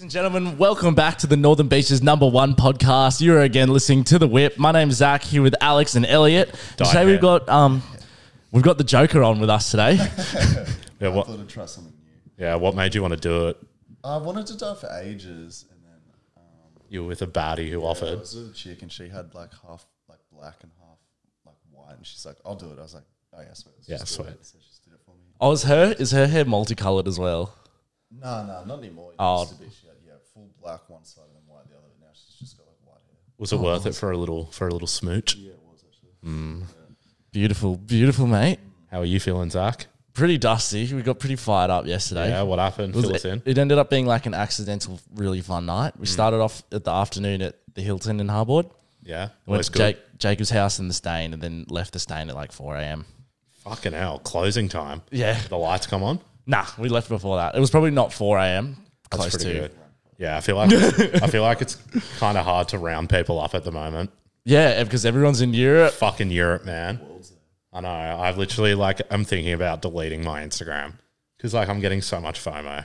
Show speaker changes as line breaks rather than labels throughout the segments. and gentlemen, welcome back to the Northern Beaches number one podcast. You're again listening to The Whip. My name's Zach, here with Alex and Elliot.
Dyke
today we've
hair.
got um, we've got the Joker on with us today.
Yeah,
I
what,
thought I'd try something new.
yeah, what made you want to do it?
I wanted to die for ages, and then
You were with a baddie who
I
offered.
was with a chick, and she had like half like black and half like white, and she's like, "I'll do it." I was like, "Oh yeah, sweet." Let's
Yeah,
just do
sweet.
it. So she just did it for me.
oh, is her is her hair multicolored as well?
No, no, not anymore. It
Oh.
used to be she had yeah, full black one side and then white the other, but now she's just got like white hair.
Was it worth it for a little for a little smooch?
Beautiful, beautiful, mate.
How are you feeling, Zach?
Pretty dusty. We got pretty fired up yesterday.
Yeah, what happened?
was-
Fill us in.
It ended up being like an accidental, really fun night. We started off at the afternoon at the Hilton in Harboard.
Yeah,
Went
always
to
good.
Jake, Jacob's house in the Stain, and then left the Stain at like four a.m.
Fucking hell, closing time.
Yeah.
the lights come on.
Nah, we left before that. It was probably not four a.m. Close to.
Yeah, I feel like I feel like it's kind of hard to round people up at the moment.
Yeah, because everyone's in Europe.
Fucking Europe, man. I know. I've literally like I'm thinking about deleting my Instagram because like I'm getting so much FOMO.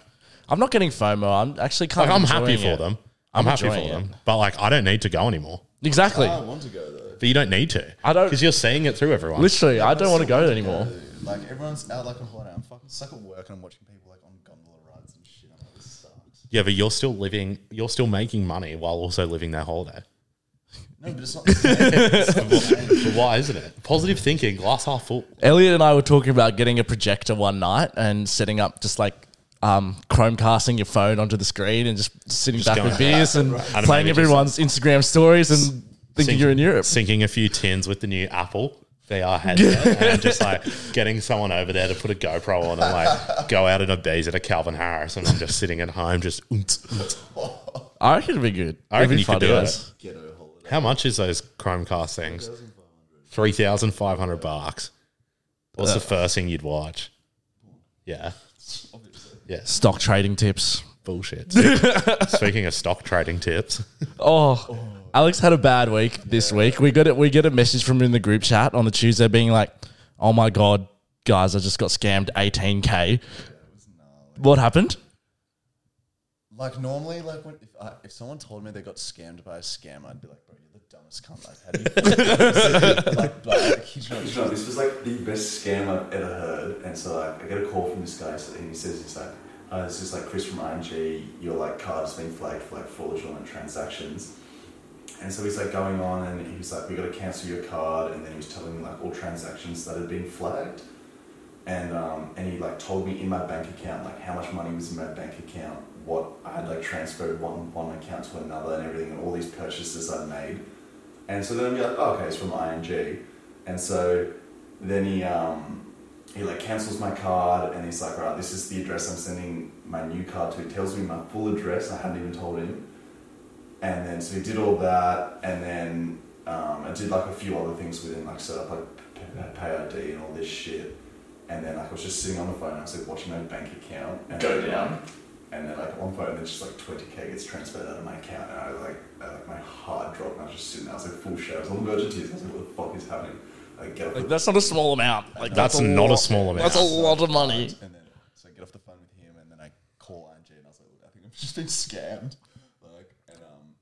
I'm not getting FOMO. I'm actually kind
Like
of.
I'm happy
enjoying
for
it.
them. I'm,
I'm
happy for
enjoying it.
them, but like I don't need to go anymore.
Exactly.
Um,
I want to go though.
But you don't need to.
I don't-
because you're seeing it through everyone.
Literally, I don't want to go anymore.
Like everyone's out like on holiday. I'm fucking stuck at work, and I'm watching people like on gondola rides and shit. I'm like, this sucks.
Yeah, but you're still living. You're still making money while also living their holiday.
No, but it's not. The same. It's not the same.
But why isn't it? Positive thinking, glass half full.
Elliot and I were talking about getting a projector one night and setting up just like um, Chromecasting your phone onto the screen and just sitting back
going
with beers and
And
playing
maybe just-
everyone's Instagram stories and thinking
Sink-
you're in Europe.
Sinking a few tins with the new Apple VR headset and just like getting someone over there to put a GoPro on and like go out in a bees at a Calvin Harris and I'm just sitting at home just. oonts, oonts.
I reckon it'd be good.
I
It'd
reckon
be
you could
funny,
do
guys.
it.
Ghetto holiday.
How much is those Chromecast things? Three thousand five hundred bucks. What's
Uh,
the first thing you'd watch? Yeah,
Obviously.
Stock trading tips.
bullshit. Speaking of stock trading tips.
Oh, Alex had a bad week this week. We got it. We get a message from him in the group chat on a Tuesday, being like, "Oh my god, guys, I just got scammed 18k. What happened?
Like normally, like when if, I, if someone told me they got scammed by a scam, I'd be like, bro, you're the dumbest cunt I've had. like, like, like, you know,
No, this was like the best scam I've ever heard. And so like I get a call from this guy so- and he says it's like uh, this is like Chris from ING, your like card has been flagged for like fraudulent transactions. And so he's like going on and he was like, We gotta cancel your card and then he was telling me like all transactions that had been flagged. And um, and he like told me in my bank account like how much money was in my bank account, what I had like transferred one one account to another and everything and all these purchases I'd made. And so then I'd be like, oh, okay, it's from ING. And so then he, um, he like cancels my card and he's like, right, this is the address I'm sending my new card to. He tells me my full address. I hadn't even told him. And then, so he did all that. And then um, I did like a few other things with him, like set up like p- p- pay ID and all this shit. And then like I was just sitting on the phone, I was like watching my bank account. And Go down. And then like on phone, then just like 20k gets transferred out of my account, and I was like, I, like my heart dropped, and I was just sitting there, I was like full shit, I was on the verge of tears, I was like, what the fuck is happening? Like get up.
Like, that's not a small amount. Like
That's not a small amount.
That's a lot of money.
and then so I get off the phone with him, and then I call ING, and I was like, look, I think I've just been scammed. Like, and um,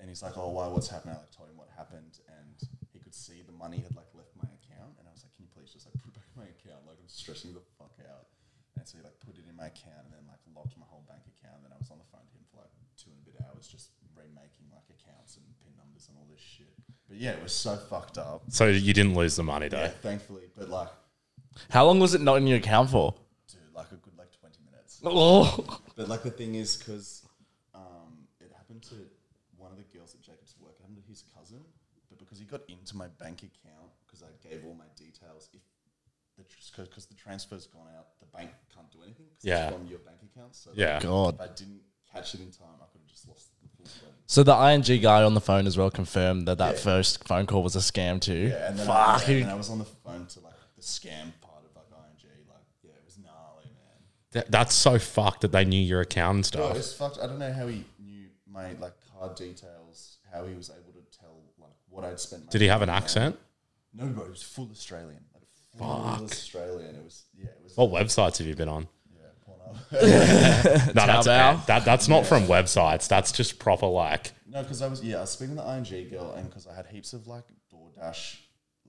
and he's like, oh, why? What's happened? I like told him what happened, and he could see the money had like left my account, and I was like, can you please just like put it back in my account? Like I'm stressing the fuck out. And so he like put it in my account, and then like locked my whole bank account. And then I was on the phone to him for like two and a bit hours, just remaking like accounts and pin numbers and all this shit. But yeah, it was so fucked up.
So you didn't lose the money, though.
Yeah, thankfully, but like,
How long was it not in your account for?
dude, like a good like twenty minutes.
Oh,
But like the thing is, because um, it happened to one of the girls at Jacob's work. It happened to his cousin, but because he got into my bank account because I gave all my details, if the because the transfer's gone out, the bank can't do anything. 'cause
Yeah.
it's from your bank account. So
Yeah.
God, if I didn't catch it in time, I could have just lost the full thing.
so the ing guy on the phone as well confirmed that that first phone call was a scam too.
Yeah, and then I,
Fuck.
yeah, and I was on the phone to like the scam part of like ING. Like, yeah, it was gnarly, man.
That- that's so fucked that they knew your account and
Bro,
stuff.
Oh, it's fucked. I don't know how he knew my like card details. How he was able to tell like what I'd spent. My
Did he have an
money on.
accent?
No, bro. He was full Australian. Like full Australian. It was yeah. It was
What websites have you been on?
yeah. Porn
No, that's,
Taobao?
that, that's not from websites. That's just proper like
No, because I was yeah, I was speaking to the ING girl, and because I had heaps of like DoorDash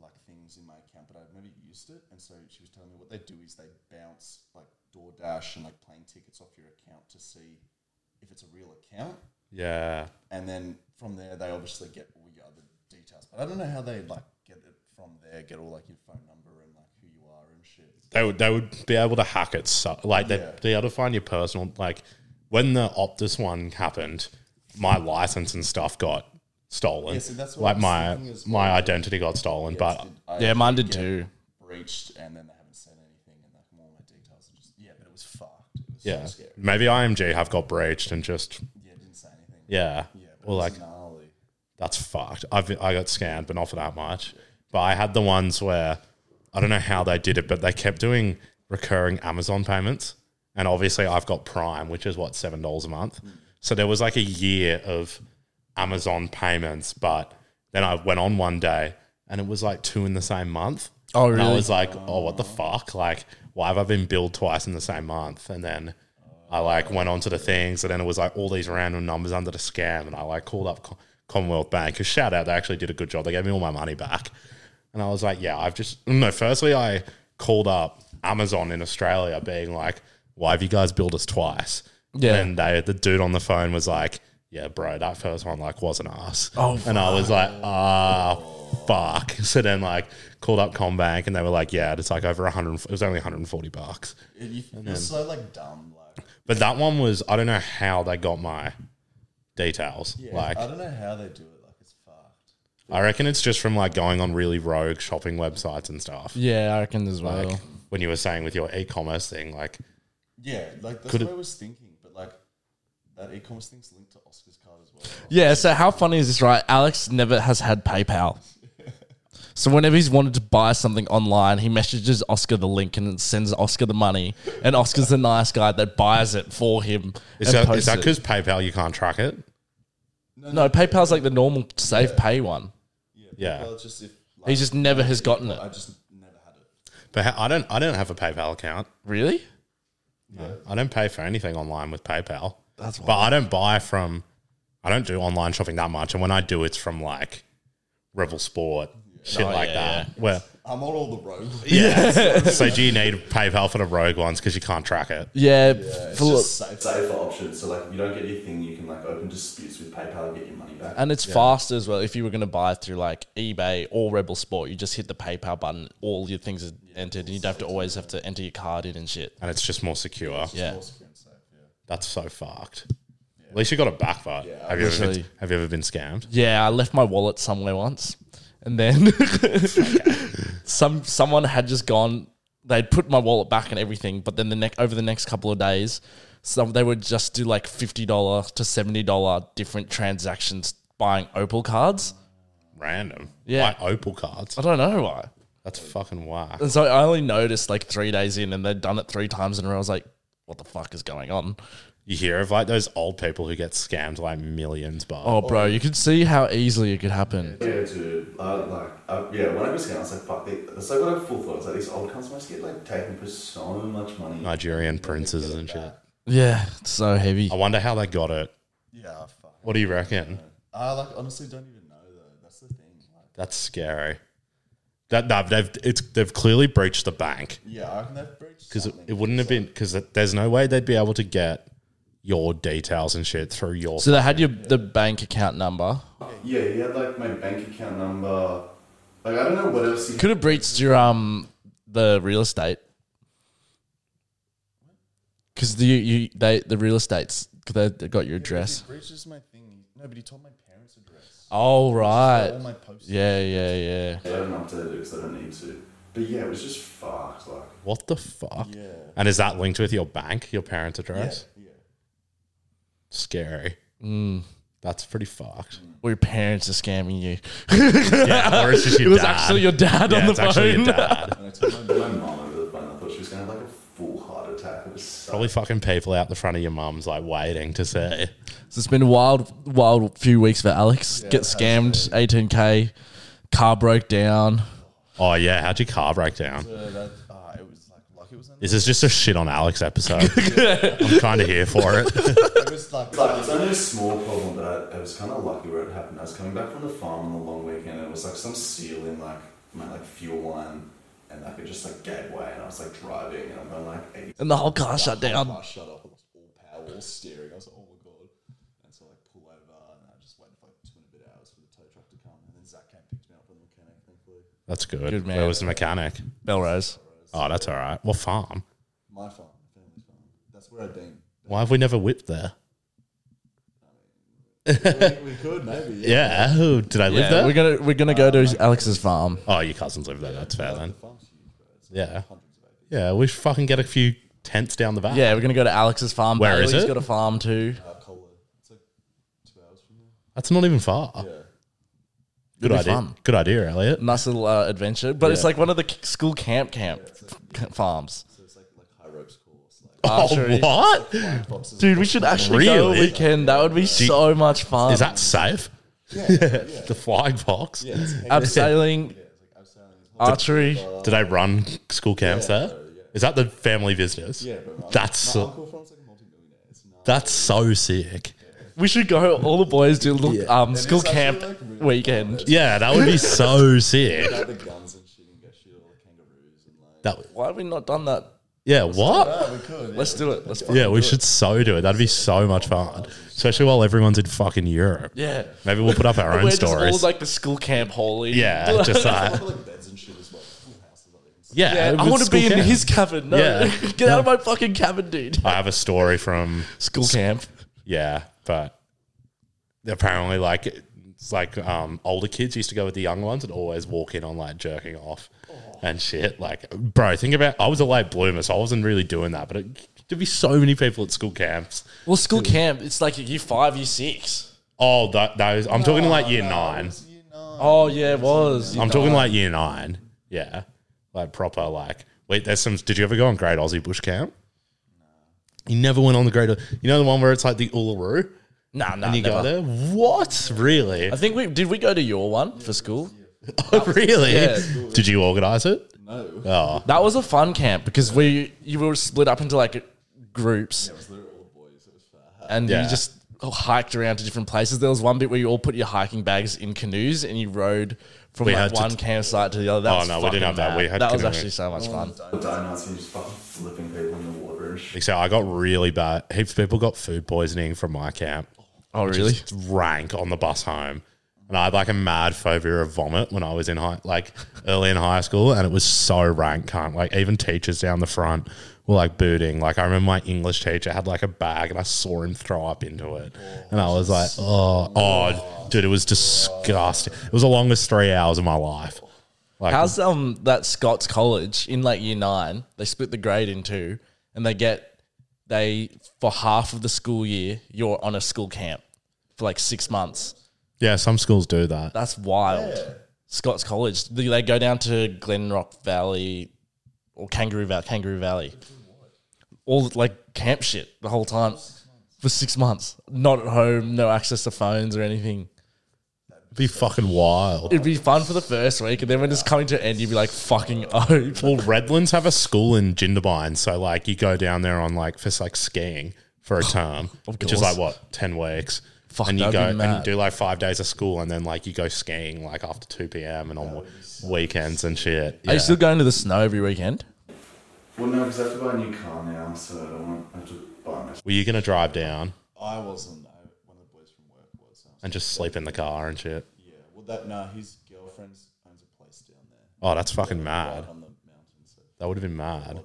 like things in my account, but I'd never used it, and so she was telling me what they do is they bounce like DoorDash and like plane tickets off your account to see if it's a real account,
yeah.
and then from there they obviously get all your other details, but I don't know how they like get it from there, get all like your phone number and like who you are and shit.
They would they would be able to hack it. So, like they'd
Yeah.
be able to find your personal like when the Optus one happened, my license and stuff got stolen.
Yeah, see, that's
like
what I was
my
thinking as
my
well.
identity got stolen, but
Did I
Yeah, mine did
get
too.
Breached, and then they haven't said anything, and like all my details are just yeah, but it was fucked. It was
yeah,
so scary.
maybe IMG have got breached and just
Yeah, didn't say anything.
yeah,
Yeah, but
or
it was
like
gnarly.
that's fucked. I've I got scammed, but not for that much. But I had the ones where I don't know how they did it, but they kept doing recurring Amazon payments, and obviously I've got Prime, which is what seven dollars a month. So there was like a year of Amazon payments, but then I went on one day and it was like two in the same month.
Oh,
And I
really?
was like, oh, what the fuck? Like, why have I been billed twice in the same month? And then I like went onto the things, and then it was like all these random numbers under the scam. And I like called up Co- Commonwealth Bank, because shout out, they actually did a good job. They gave me all my money back. And I was like, yeah, I've just, no, firstly, I called up Amazon in Australia being like, why have you guys billed us twice?
Yeah.
And they, the dude on the phone was like, yeah, bro, that first one like wasn't us.
Oh,
and I was like, ah, fuck. So then like called up Combank and they were like, yeah, it's like over 100, it was only 140 bucks.
It, you, you're so like dumb. Like,
But that one was, I don't know how they got my details. like,
I don't know how they do it. Like, it's fucked.
I reckon it's just from like going on really rogue shopping websites and stuff.
Yeah, I reckon as well.
Like when you were saying with your e-commerce thing, like
Yeah, like that's
Could've-
what I was thinking. But like that e-commerce thing's linked to Oscar's card as well.
Yeah, so how funny is this, right? Alex never has had PayPal. So whenever he's wanted to buy something online, he messages Oscar the link and sends Oscar the money. And Oscar's the nice guy that buys it for him.
is
and
that is
posts
that
it.
because PayPal you can't track it?
No, PayPal's like the normal safe pay one.
Yeah,
Well, it's just if like,
He just never has gotten it.
I just never had it.
but ha- I don't I don't have a PayPal account.
Really?
I don't pay for anything online with PayPal. That's but I don't buy from. I don't do online shopping that much, and when I do, it's from like Rebel Sport shit
Oh,
like
yeah,
that. Where
I'm on all the road.
yeah, so do you need PayPal for the rogue ones because you can't track it?
Yeah.
It's
for-
just safe.
safer option. So like, if you don't get your thing, you can like open disputes with PayPal and get your money back.
and it's faster as well. If you were going to buy it through like eBay or Rebel Sport, you just hit the PayPal button, all your things are entered, and you would have to always have to enter your card in and shit.
And it's just more secure.
Yeah.
Oscar and safe. Yeah.
That's so fucked. At least you got it back, but
Yeah,
have you ever been,
literally.
have you ever been scammed?
Yeah, I left my wallet somewhere once, and then some someone had just gone. They'd put my wallet back and everything, but then the neck over the next couple of days, some they would just do like fifty dollar to seventy dollar different transactions buying Opal cards.
Random.
Yeah.
Like Opal cards.
I don't know why.
That's fucking whack.
And so I only noticed like three days in, and they'd done it three times in a row. I was like, "What the fuck is going on?"
You hear of like those old people who get scammed like millions, but
Oh, bro, you could see how easily it could happen.
Yeah, dude. I, like, I, yeah. When I was young, I was like, "Fuck." They, it's like what I full thought. It's like these old cunts must get like taken for so much money.
Nigerian princes and shit.
Yeah, it's so heavy.
I wonder how they got it.
Yeah. Fuck.
What do you reckon?
I like honestly don't even know though. That's the thing. Like,
That's scary. That no, they've it's they've clearly breached the bank
yeah, I reckon they've breached
because it,
something.
it wouldn't have been because there's no way they'd be able to get your details and shit through your.
So they had your the bank account number.
Yeah, he had like my bank account number. Like, I don't know what else he.
Could have breached your um the real estate because the you, you they the real estates 'cause they, they got your address.
He breaches my thing. No, but he told my parents' address.
Oh
all
right,
my posts.
yeah, yeah, yeah.
I don't update it because I don't need to. But yeah, it was just fucked. Like,
what the fuck?
Yeah.
And is that linked with your bank, your parents' address?
Yeah.
Scary.
Mm.
That's pretty fucked.
Well, your parents are scamming you.
Yeah, or it's just your
It was
dad.
actually your dad
yeah,
on the
it's actually
phone.
your dad.
And I told my
my mom over the phone, I thought she was gonna have like a full heart attack. It was so
Probably fucking people out the front of your mum's like waiting to see.
So it's been a wild, wild few weeks for Alex. Get scammed, eighteen k, car broke down.
Oh yeah, how'd your car break down?
So that uh, it was like lucky it was. In,
This is just a shit on Alex episode. I'm kind of here for it.
it was like.
It's like it's only a small problem, but I, I was kind of lucky where it happened. I was coming back from the farm on the long weekend, and it was like some seal in like my like fuel line, and like it just like gave way, and I was like driving, and I'm going like 80
And the whole car shut down.
I shut up. I lost all power, all steering. I was like, oh my god. And so I like pull over, and I just waited for like two and a bit hours for the tow truck to come, and then Zach came and picked me up with the mechanic. Thankfully,
That's good.
Good man.
Where was the mechanic?
Belrose.
Oh, that's all right. What farm?
my farm, my family's farm. That's where I've been.
Why have we never whipped there?
we, we could maybe.
Yeah.
Yeah.
Who did I live
Yeah,
there?
we're gonna we're gonna go to Alex's farm.
oh, your cousins live there. That's fair then.
Farm's huge, bro. It's
Yeah.
hundreds of acres.
Yeah. We should fucking get a few tents down the back.
Yeah, we're gonna go to Alex's farm.
Where
Bailey's
is it?
got a farm too.
Uh, Cola. It's like two hours from there.
That's not even far.
Yeah.
Good
It'll be
idea.
fun.
Good idea, Elliot.
Nice little uh, adventure, but it's
Yeah.
like one of the k- school camp camp c- farms.
So it's like like high ropes course, like
Archery.
Oh, what?
flying foxes.
Dude, we should actually go
Really?
a weekend. That would be so much fun.
Is that safe?
Yeah, yeah, yeah.
The flying fox?
yeah it's, yeah,
abseiling,
it's like abseiling is hot.
archery?
Did I run school camps there? Is that the family business?
Yeah, but my,
That's
my
so-
uncle Fran's like a multi-millionaire. It's not.
That's so sick.
We should go. All the boys do look um school
actually,
camp
like, really
weekend.
Yeah, that would be so sick.
They had the guns and shit and go shoot all the kangaroos and like.
That
Why have we not done that?
yeah, what?
Yeah, we could.
Let's do it. Let's fucking
Yeah, we should so do it. That'd be so much fun, especially while everyone's in fucking Europe.
yeah.
Maybe we'll put up our own
We're just all
stories.
like the school camp holy.
yeah, just
I
that.
feel like beds and shit as well. Full houses, I think. It's-
Yeah,
Yeah, I
with
want to
school
be in
camp.
his cabin. No,
Yeah.
get out of my fucking cabin, dude.
I have a story from
School camp.
yeah, but apparently, like it's like um, older kids used to go with the young ones and always walk in on like jerking off and shit. Like, bro, think about I was a late bloomer, so I wasn't really doing that, but it, there'd be so many people at school camps.
Well, school camp. It's like year five, year six.
Oh, that, those I'm talking like year nine.
It's, You know,
Oh yeah, it was.
I'm talking like year nine. Yeah. Like proper like wait, there's some did you ever go on Great Aussie Bush Camp? You never went on the Great You know the one where it's like the Uluru?
nah, nah.
And you
never.
go there? What? Really?
I think we did. We go to your one for school.
Oh, really?
Yeah.
Did you organise it?
no.
Oh.
That was a fun camp because we you were split up into like groups,
It's literally all the boys. It was fat.
and
Yeah.
you just hiked around to different places. There was one bit where you all put your hiking bags in canoes and you rode from
We
like
had to-
one campsite to the other. That
Oh,
was
no, we didn't
fucking
have that. We
mad.
had
that was
canoeing.
actually so much fun.
The dinos and just fucking flipping people in the water and shit.
So I got really bad heaps of people got food poisoning from my camp.
Oh really?
Just rank on the bus home. And I had like a mad phobia of vomit when I was in high, like early in high school, and it was so rank, cunt. Like even teachers down the front were like booting. Like I remember my English teacher had like a bag, and I saw him throw up into it, and I was like, oh, oh, dude, it was disgusting. It was the longest three hours of my life. Like
How's um that Scots College in like year nine? They split the grade in two, and they get they for half of the school year you're on a school camp for like six months.
yeah, some schools do that.
That's wild. Scots College. They, they go down to Glen Rock Valley or Kangaroo Valley. Kangaroo Valley. All like camp shit the whole time for six months. Not at home. No access to phones or anything.
It'd be fucking wild.
It'd be fun for the first week, and then when it's coming to an end, you'd be like fucking oh.
Well, Redlands have a school in Jindabyne, so like you go down there on like for like skiing for a term, which
course.
is like what ten weeks.
Fuck,
and you
that'd
go
be
and
mad.
you do like five days of school, and then like you go skiing like after two p.m. and on weekends and shit.
Are
Yeah.
you still going to the snow every weekend?
Well, no, because I have to buy a new car now, so I don't want I have to buy my
Were you gonna drive down
I wasn't. I, one of the boys from work was. and I was
and just sleep in the car and shit?
like, yeah. Well, that no. His girlfriend owns a place down there,
Oh, that's fucking mad.
right on the mountain. So
That would have been mad.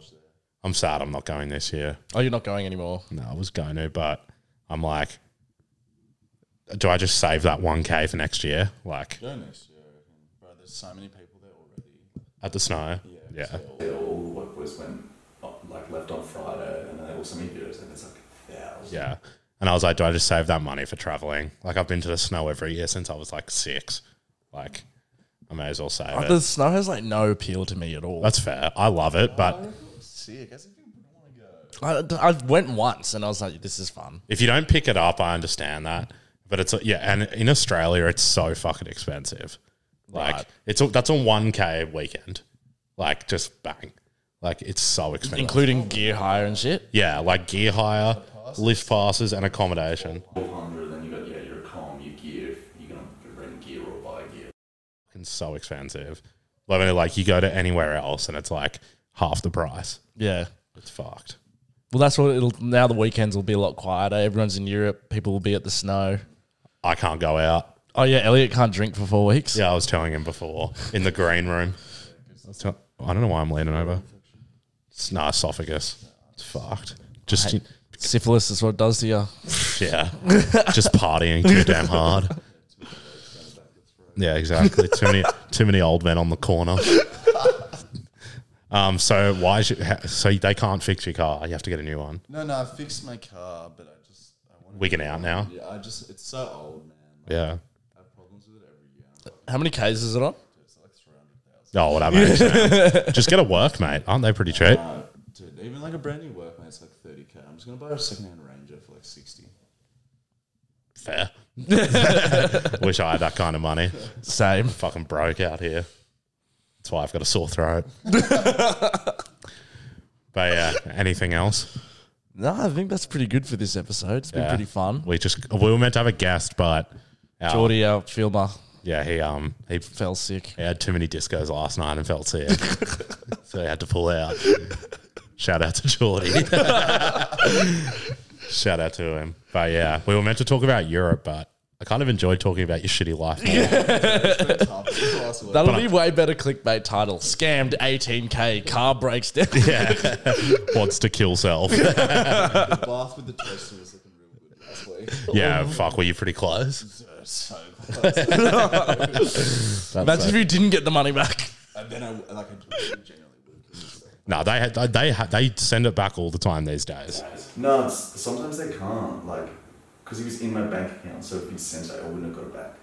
I'm sad. I'm not going this year.
Oh, you're not going anymore.
No, I was going to, but I'm like, do I just save that one k for next year? Like
go next year, I reckon. bro. There's so many people there already.
at the snow? Yeah.
Yeah, all the work was went on, like left on Friday, and then they all sent me videos, and it's like thousands.
Yeah. And I was like, do I just save that money for traveling? Like, I've been to the snow every year since I was like six. Like, I may as well save
Oh,
it.
the snow has like no appeal to me at all.
That's fair. I love it. But
Sick. As if you wouldn't want to go.
I, I went once and I was like, this is fun.
if you don't pick it up, I understand that. But it's, yeah. And in Australia, it's so fucking expensive. Like,
Right.
it's a, that's a 1K weekend. Like, just bang. Like it's so expensive.
including gear hire and shit.
yeah, like gear hire, lift passes, and accommodation.
1200 then you got, yeah, your comm, your gear, if you're going to rent gear or buy gear.
Fucking so expensive. Like, when, like you go to anywhere else and it's like half the price.
Yeah.
It's fucked.
Well, that's what it'll. Now the weekends will be a lot quieter. Everyone's in Europe. People will be at the snow.
I can't go out.
Oh yeah, Elliot can't drink for four weeks.
Yeah, I was telling him before in the green room. I, was tell- I don't know why I'm leaning over. It's nah, esophagus. It's fucked. Just
Syphilis is what it does to you.
yeah, just partying too damn hard. Yeah, exactly. Too many too many old men on the corner. Um. So why? Is you, ha- so they can't fix your car. You have to get a new one.
No, no, I fixed my car, but I just I wanted.
Wigging out now.
Yeah, I just it's so old, man. Like,
Yeah.
I have problems with it every year.
How many Ks is it on?
It's like three hundred thousand.
Oh, what whatever. just get a work, mate. Aren't they pretty cheap?
Uh, dude, even like a brand new workmate, it's like thirty k. I'm just gonna buy a secondhand Ranger for like sixty.
Fair. Wish I had that kind of money.
Same.
fucking broke out here. That's why I've got a sore throat. but yeah, anything else?
No, I think that's pretty good for this episode. It's been
Yeah.
pretty fun.
We just we were meant to have a guest, but our,
Geordie, our filmer,
yeah, he um he,
fell sick.
he had too many discos last night and felt sick, so he had to pull out. Shout out to Geordie. Shout out to him. But yeah, we were meant to talk about Europe, but I kind of enjoyed talking about your shitty life. more.
That'll be way better clickbait title. Scammed 18k, car breaks down. Yeah.
Wants to kill self.
the bath with the toaster was looking real good last week.
yeah, fuck. Were you pretty close?
So close.
Imagine if you didn't get the money back.
and then I like I generally would. 'cause it's like-
No, they had- they they, had- they send it back all the time these days.
No, it's, sometimes they can't, like, because it was in my bank account, so if he'd sent it, I wouldn't have got it back.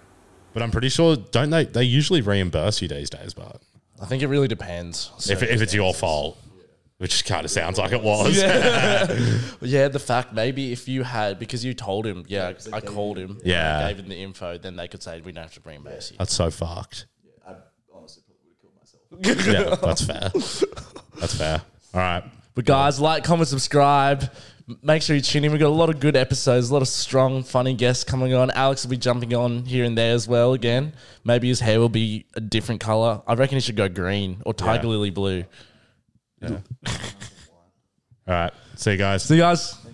But I'm pretty sure don't they? They usually reimburse you these days, but
I think it really depends.
if, if it's your fault, which kind of sounds like it was. Yeah,
yeah. yeah, the fact maybe if you had because you told him, yeah, I called him,
Yeah.
I gave him the info, then they could say we don't have to bring reimburse you.
that's so fucked.
I honestly probably would have killed myself.
Yeah, that's fair. That's fair. All right,
But guys, like, comment, subscribe. M- Make sure you tune in. We've got a lot of good episodes, a lot of strong, funny guests coming on. Alex will be jumping on here and there as well again. Maybe his hair will be a different color. I reckon he should go green or tiger
Yeah.
lily blue.
all right. See you guys.
See you guys.